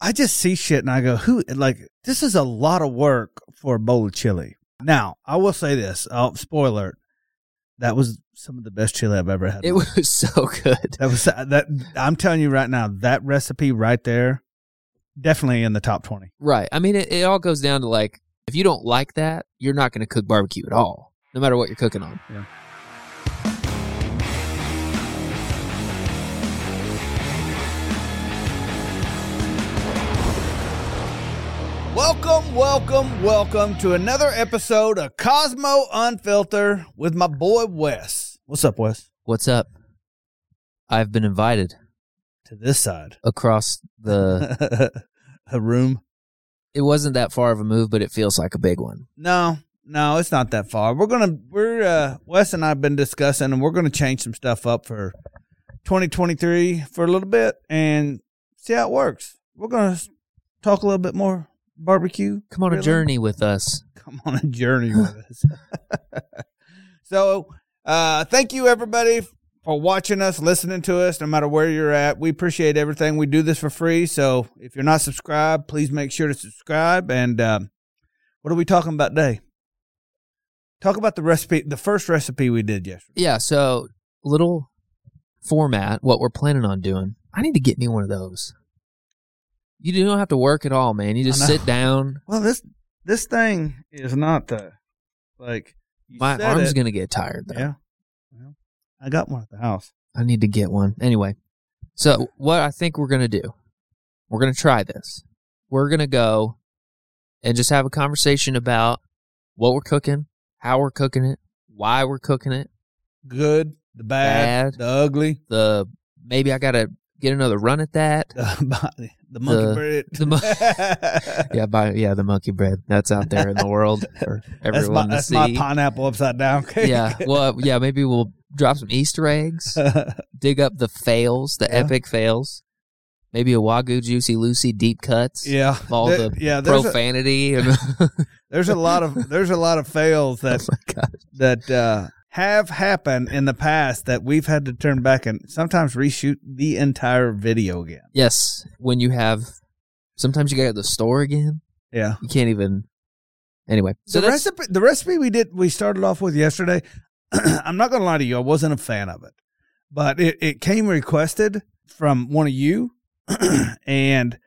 I just see shit and I go, who, like, this is a lot of work for a bowl of chili. Now, I will say this, oh, spoiler, alert, that was some of the best chili I've ever had. It was so good. that was, uh, that, I'm telling you right now, that recipe right there, definitely in the top 20. Right. I mean, it, it all goes down to like, if you don't like that, you're not going to cook barbecue at all, no matter what you're cooking on. Yeah. Welcome, welcome, welcome to another episode of Cosmo Unfilter with my boy Wes. What's up, Wes? What's up? I've been invited To this side, across the. a room. it wasn't that far of a move, but it feels like a big one. No, no, it's not that far. We're gonna we're uh Wes and I've been discussing and we're gonna change some stuff up for twenty twenty three for a little bit and see how it works. We're gonna s- talk a little bit more barbecue. Come on a grilling. journey with us. Come on a journey with us. so uh thank you everybody for watching us, listening to us, no matter where you're at. We appreciate everything. We do this for free. So if you're not subscribed, please make sure to subscribe. And um, what are we talking about today? Talk about the recipe, the first recipe we did yesterday. Yeah. So, little format, what we're planning on doing. I need to get me one of those. You don't have to work at all, man. You just know. sit down. Well, this this thing is not the like you My said arm's it. going to get tired, though. yeah. Well, I got one at the house. I need to get one. Anyway, so what I think we're going to do, we're going to try this. We're going to go and just have a conversation about what we're cooking, how we're cooking it, why we're cooking it, Good, the bad, Bad. the ugly, the maybe I got to get another run at that. the body, the monkey The- bread. the Yeah, by, yeah, the monkey bread that's out there in the world for that's my, everyone that's to my see. pineapple upside down cake. yeah, well, yeah, maybe we'll drop some Easter eggs, dig up the fails, the Yeah. epic fails, maybe a wagyu juicy Lucy deep cuts. yeah. all There- the yeah, there's a, profanity and oh there's a lot of there's a lot of fails that my god that uh, have happened in the past that we've had to turn back and sometimes reshoot the entire video again. yes when you have sometimes you gotta go to the store again Yeah. you can't even anyway so the that's recipe the recipe we did we started off with yesterday i'm not gonna lie to you i wasn't a fan of it but it, it came requested from one of you and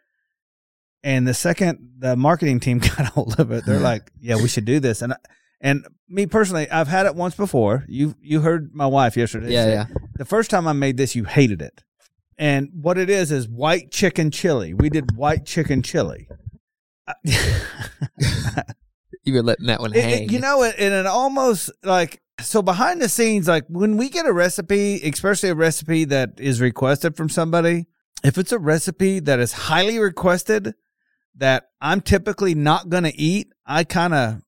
and the second the marketing team got a hold of it they're like yeah we should do this and I, and me personally i've had it once before you you heard my wife yesterday yeah say, yeah the first time I made this, you hated it. And what it is is white chicken chili. We did white chicken chili. I- you were letting that one It- it- hang you know, it, and it almost like so behind the scenes, like when we get a recipe, especially a recipe that is requested from somebody, if it's a recipe that is highly requested that I'm typically not going to eat, I kind of,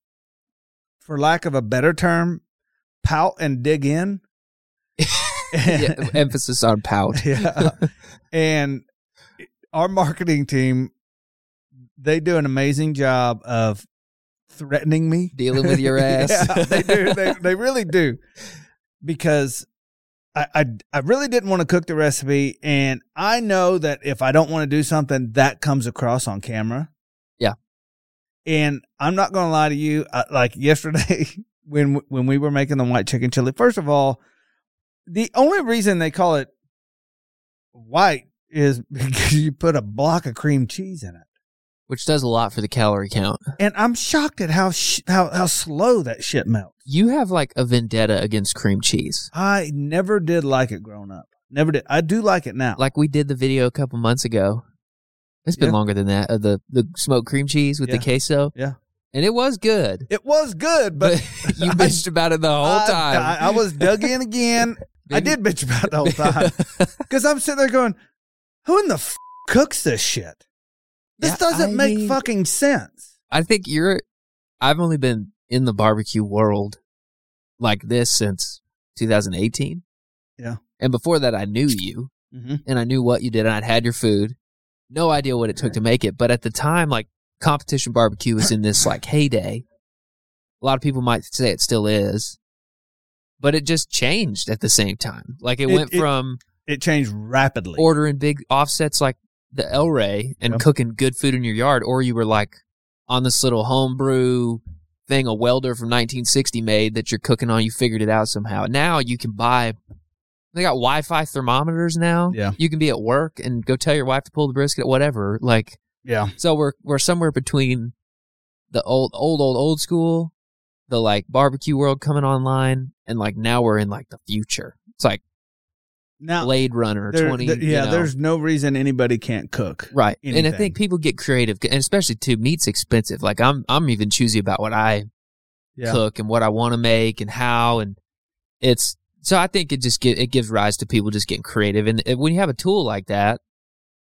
for lack of a better term, pout and dig in. yeah, emphasis on pout yeah. and our marketing team, they do an amazing job of threatening me. dealing with your ass yeah, they do. They, they really do. Because I, I I really didn't want to cook the recipe, and I know that if I don't want to do something, that comes across on camera. Yeah. And I'm not going to lie to you. I, like yesterday, when when we were making the white chicken chili, first of all, the only reason they call it white is because you put a block of cream cheese in it which does a lot for the calorie count and I'm shocked at how sh- how how slow that shit melts. you have like a vendetta against cream cheese I never did like it growing up. Never did. I do like it now. like we did the video a couple months ago it's been Yeah. longer than that of the the smoked cream cheese with the queso Yeah. and it was good it was good, but, but, you bitched about it the whole I- time. I, I was dug in again. I Maybe- did bitch about it the whole time because I'm sitting there going, "Who in the f- cooks this shit? This Yeah, doesn't I make mean- fucking sense." I think you're. I've only been in the barbecue world like this since 2018. Yeah. And before that, I knew you Mm-hmm. and I knew what you did and I'd had your food. No idea what it took to make it. But at the time, like competition barbecue was in this like heyday. A lot of people might say it still is, but it just changed at the same time. Like it, It- went it- from It changed rapidly. ordering big offsets like the El Rey and Yep. cooking good food in your yard, or you were like on this little homebrew thing a welder from 1960 made that you're cooking on. You figured it out somehow. Now you can buy. They got Wi-Fi thermometers now. Yeah. you can be at work and go tell your wife to pull the brisket, whatever. Like, Yeah. so we're we're somewhere between the old old old old school, the like barbecue world coming online, and like now we're in like the future. It's like Now, Blade Runner there- twenty. th- you yeah, know. there's no reason anybody can't cook. right, and I anything. think people get creative, and especially too meat's expensive. Like I'm I'm even choosy about what I Yeah. cook and what I want to make and how, and it's so I think it just get, it gives rise to people just getting creative, and if- when you have a tool like that,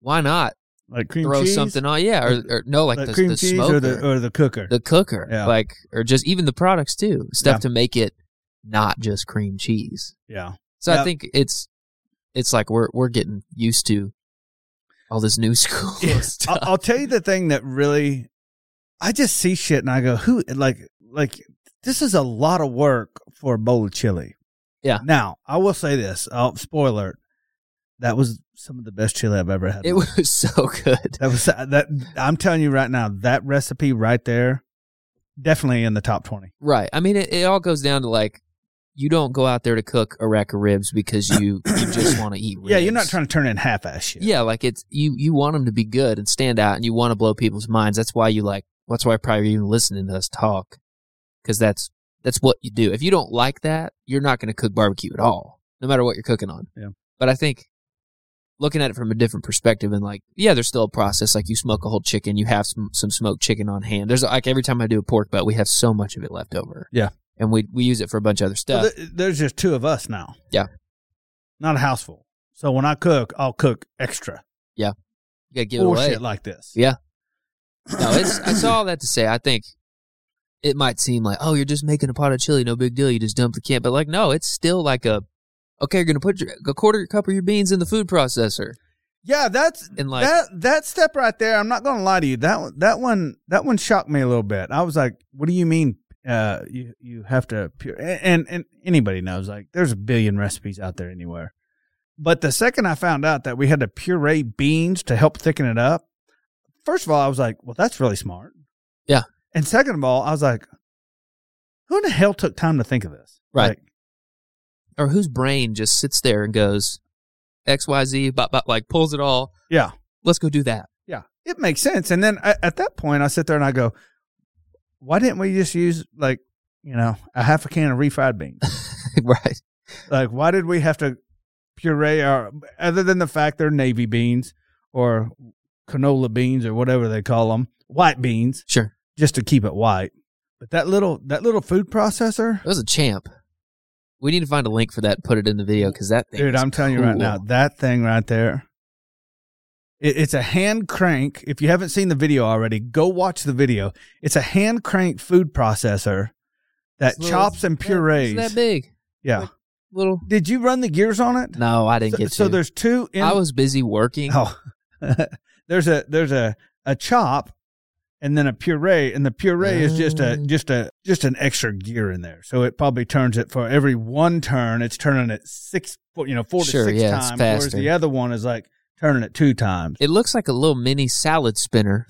why not Like cream throw cheese, something on? Yeah, or, or no, like like the, cream the cheese smoker or the or the cooker. the cooker, Yeah. like, or just even the products too, stuff Yeah. to make it not just cream cheese. yeah. So I Yeah. think it's it's like we're we're getting used to all this new school Yeah. I'll, stuff. I'll tell you the thing that really, I just see shit and I go, who like like this is a lot of work for a bowl of chili. Yeah. Now I will say this. i spoiler alert. That was some of the best chili I've ever had. it was so good. that was uh, that. I'm telling you right now, that recipe right there, definitely in the top twenty. Right. I mean, it, it all goes down to like you don't go out there to cook a rack of ribs because you you just want to eat. Ribs. Yeah, you're not trying to turn in half-ass shit. Yeah, like it's you you want them to be good and stand out, and you want to blow people's minds. That's why you like. That's why probably even listening to us talk, because that's that's what you do. If you don't like that, you're not going to cook barbecue at all, no matter what you're cooking on. Yeah. But I think looking at it from a different perspective and like, yeah, there's still a process. Like you smoke a whole chicken, you have some some smoked chicken on hand. There's like every time I do a pork butt, we have so much of it left over. Yeah. and we we use it for a bunch of other stuff. Well, th- there's just two of us now. Yeah. Not a house full. So when I cook, I'll cook extra you gotta give it or away. shit like this. Yeah. No, it's it's all that to say. I think it might seem like, oh, you're just making a pot of chili, no big deal. You just dump the can, but like, no, it's still like a okay. You're gonna put your, a quarter your cup of your beans in the food processor, yeah, that's and like, that that step right there. I'm not gonna lie to you. That one- that one that one shocked me a little bit. I was like, "What do you mean? Uh, you you have to pure and and anybody knows like there's a billion recipes out there anywhere. But the second I found out that we had to puree beans to help thicken it up, first of all, I was like, "Well, that's really smart." Yeah. And second of all, I was like, "Who in the hell took time to think of this?" Right. Like, or whose brain just sits there and goes X Y Z, but but like pulls it all. yeah. Let's go do that. Yeah, it makes sense. And then at, at that point, I sit there and I go, "Why didn't we just use like you know a half a can of refried beans? right. like, why did we have to puree our other than the fact they're navy beans or canola beans or whatever they call them, white beans, Sure. just to keep it white? But that little that little food processor, It was a champ. We need to find a link for that and put it in the video because that thing dude, is I'm telling you right cool. now, that thing right there." it- It's a hand crank. If you haven't seen the video already, go watch the video. It's a hand crank food processor that It's little- chops and that- purees. It's that big. yeah. Little. Did you run the gears on it? No, I didn't So, get so to. there's two. In, I was busy working. Oh, there's a there's a a chop, and then a puree, and the puree is just a Oh. just a just an extra gear in there. So it probably turns it for every one turn, it's turning it six, four- you know, four Sure, to six yeah, it's times. Whereas faster. the other one is like turning it two times. It looks like a little mini salad spinner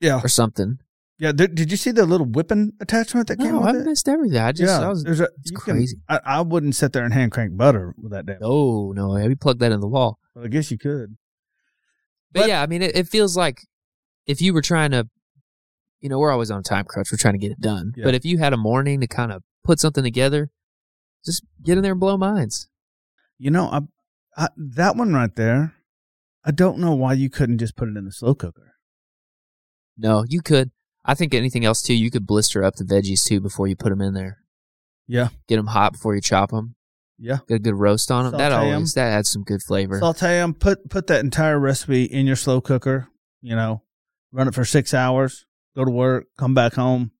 Yeah, or something. yeah. Th- did you see the little whipping attachment that came No, with I it? missed everything. I just, I was, there's a, it's you can- crazy. I, I wouldn't sit there and hand crank butter with that damn. oh no, yeah, we plugged that in the wall. Well, I guess you could. But, But- yeah, I mean, it, it feels like if you were trying to, you know, we're always on a time crunch. We're trying to get it done. Yeah. But if you had a morning to kind of put something together, just get in there and blow minds. You know, I, I that one right there. I don't know why you couldn't just put it in the slow cooker. No, you could. I think anything else too, you could blister up the veggies too before you put them in there. Yeah. Get them hot before you chop them. Yeah. Get a good roast on them. That Saute 'em. always that adds some good flavor. Saute them. Put put that entire recipe in your slow cooker. You know, run it for six hours. Go to work. Come back home.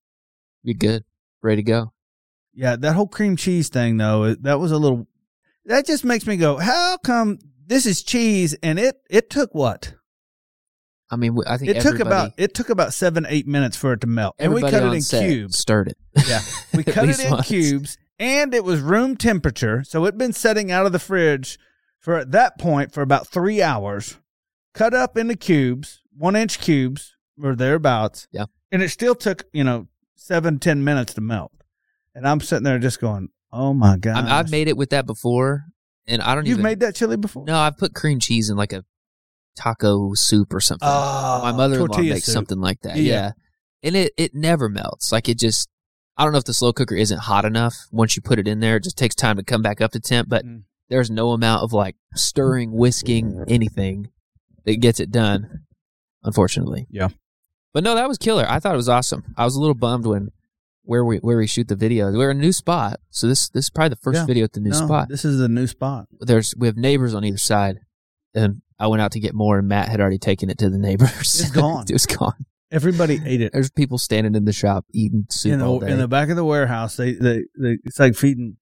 You're good, ready to go. Yeah, that whole cream cheese thing though, it- that was a little. That just makes me go. How come this is cheese and it it took what? I mean, w- I think It took everybody- about it took about seven eight minutes for it to melt, and we everybody cut it on in set cubes. Stirred it. Yeah. We At cut it least in once. cubes, and it was room temperature, so it'd been setting out of the fridge for at that point for about three hours. cut up into cubes, one inch cubes or thereabouts. Yeah. And it still took, you know, seven, ten minutes to melt. And I'm sitting there just going, Oh my god. I'm, I've made it with that before, and I don't You've even. made that chili before? no, I've put cream cheese in like a taco soup or something. Oh, My mother-in-law tortilla makes soup. something like that. Yeah. Yeah. and it it never melts. Like it just. I don't know if the slow cooker isn't hot enough. Once you put it in there, it just takes time to come back up to temp. But Mm. there's no amount of like stirring, Mm-hmm. whisking, anything that gets it done. Unfortunately. Yeah. But no, that was killer. I thought it was awesome. I was a little bummed when where we where we shoot the videos. We're in a new spot, so this this is probably the first Yeah. video at the new No, spot This is the new spot. there's we have neighbors on either side, and I went out to get more, and Matt had already taken it to the neighbors. It's gone. it was gone. Everybody ate it. There's people standing in the shop eating soup you know, all day. in the back of the warehouse, they they, they it's like feeding.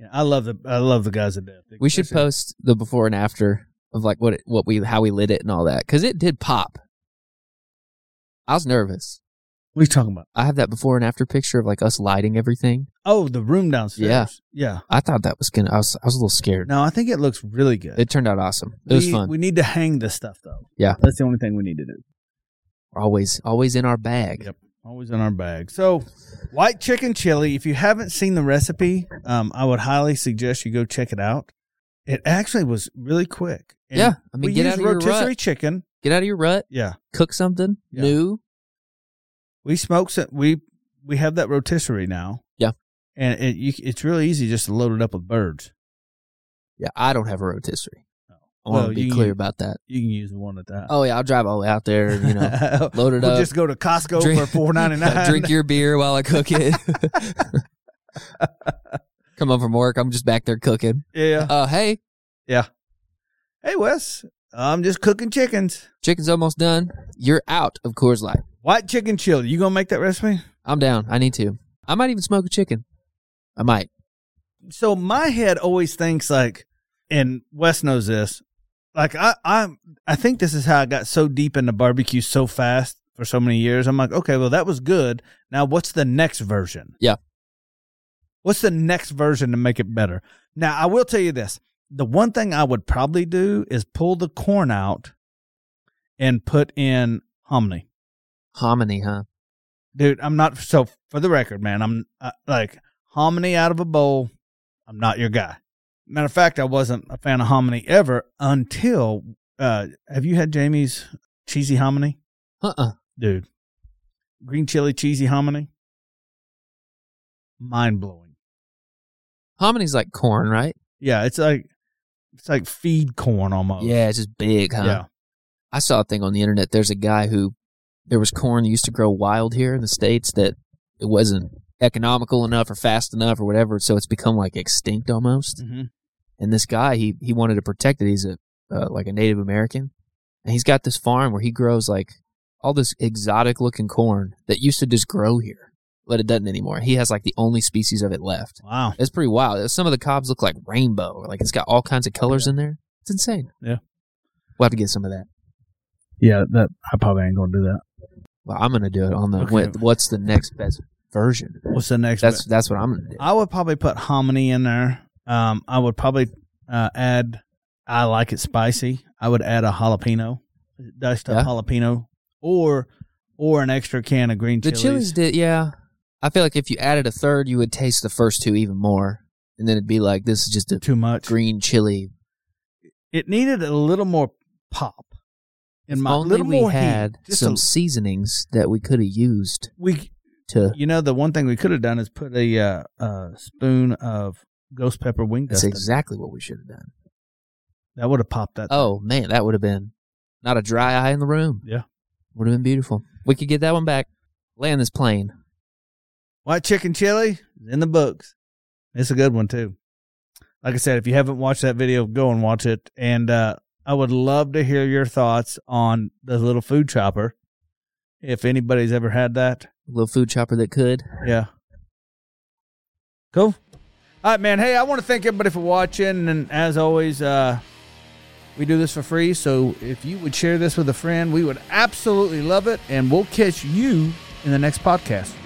Yeah, I love the I love the guys at death. we should post the before and after of like what it, what we how we lit it and all that because it did pop. I was nervous. What are you talking about? I have that before and after picture of like us lighting everything. Oh, the room downstairs. Yeah. yeah. I thought that was gonna. I was I was a little scared. No, I think it looks really good. It turned out awesome. It was we, fun. We need to hang this stuff though. Yeah. that's the only thing we need to do. We're always always in our bag. Yep. Always in our bag. So, white chicken chili. If you haven't seen the recipe, um, I would highly suggest you go check it out. It actually was really quick. And yeah, I mean we get used out of your rotisserie rut. chicken. Get out of your rut. Yeah, Cook something Yeah. new. we smoke some, we we have that rotisserie now. Yeah. and it you, it's really easy just to load it up with birds. Yeah, I don't have a rotisserie. Oh. I want Well, to be you- clear about that. You can use the one at that. Oh yeah, I'll drive all the way out there, you know, load it we'll up. Just go to Costco Drink- for four ninety nine. drink your beer while I cook it. Come home from work, I'm just back there cooking. yeah. Uh, hey, Hey Wes, I'm just cooking chickens. chicken's almost done. You're out of Coors Light. White chicken chili. You gonna make that recipe? I'm down. I need to. I might even smoke a chicken. I might. So my head always thinks like, and Wes knows this. Like I, I, I think this is how I got so deep into barbecue so fast for so many years. I'm like, okay, well that was good. Now what's the next version? Yeah. What's the next version to make it better? Now I will tell you this: the one thing I would probably do is pull the corn out and put in hominy Hominy, huh? dude i'm not so for the record man i'm uh, like hominy out of a bowl i'm not your guy matter of fact i wasn't a fan of hominy ever until uh have you had jamie's cheesy hominy Uh uh dude green chili cheesy hominy mind blowing Hominy's like corn, right? yeah it's like it's like feed corn almost Yeah, it's just big, huh? Oh. yeah I saw a thing on the internet. There's a guy who there was corn that used to grow wild here in the states that it wasn't economical enough or fast enough or whatever, so it's become like extinct almost. hmm And this guy, he he wanted to protect it. He's a uh, like a Native American, and he's got this farm where he grows like all this exotic looking corn that used to just grow here, but it doesn't anymore. He has like the only species of it left. wow It's pretty wild. Uh, Some of the cobs look like rainbow. Like it's got all kinds of colors in there. It's insane. Yeah. We'll have to get some of that. yeah that i probably ain't gonna do that Well, I'm gonna do it on the Okay. what, what's the next best version. what's the next That's that's what I'm gonna do. I would probably put hominy in there. Um, I would probably uh, add. I like it spicy. I would add a jalapeno, diced up Yeah. jalapeno, or or an extra can of green The chilies. chilies did, yeah. I feel like if you added a third, you would taste the first two even more, and then it'd be like this is just a too much. green chili. It needed a little more pop. In my Only little we more had heat. Just some a- seasonings that we could have used we, to. you know, the one thing we could have done is put a uh, uh, spoon of ghost pepper wing That's dust. in. exactly what we should have done. That would have popped that. Oh man, that would have been not a dry eye in the room. Yeah. would have been beautiful. We could get that one back. Land this plane. White chicken chili is in the books. It's a good one too. Like I said, if you haven't watched that video, go and watch it. And uh, I would love to hear your thoughts on the little food chopper. If anybody's ever had that, little food chopper that could. yeah. Cool. All right, man. Hey, I want to thank everybody for watching. And as always, uh, we do this for free. So if you would share this with a friend, we would absolutely love it. And we'll catch you in the next podcast.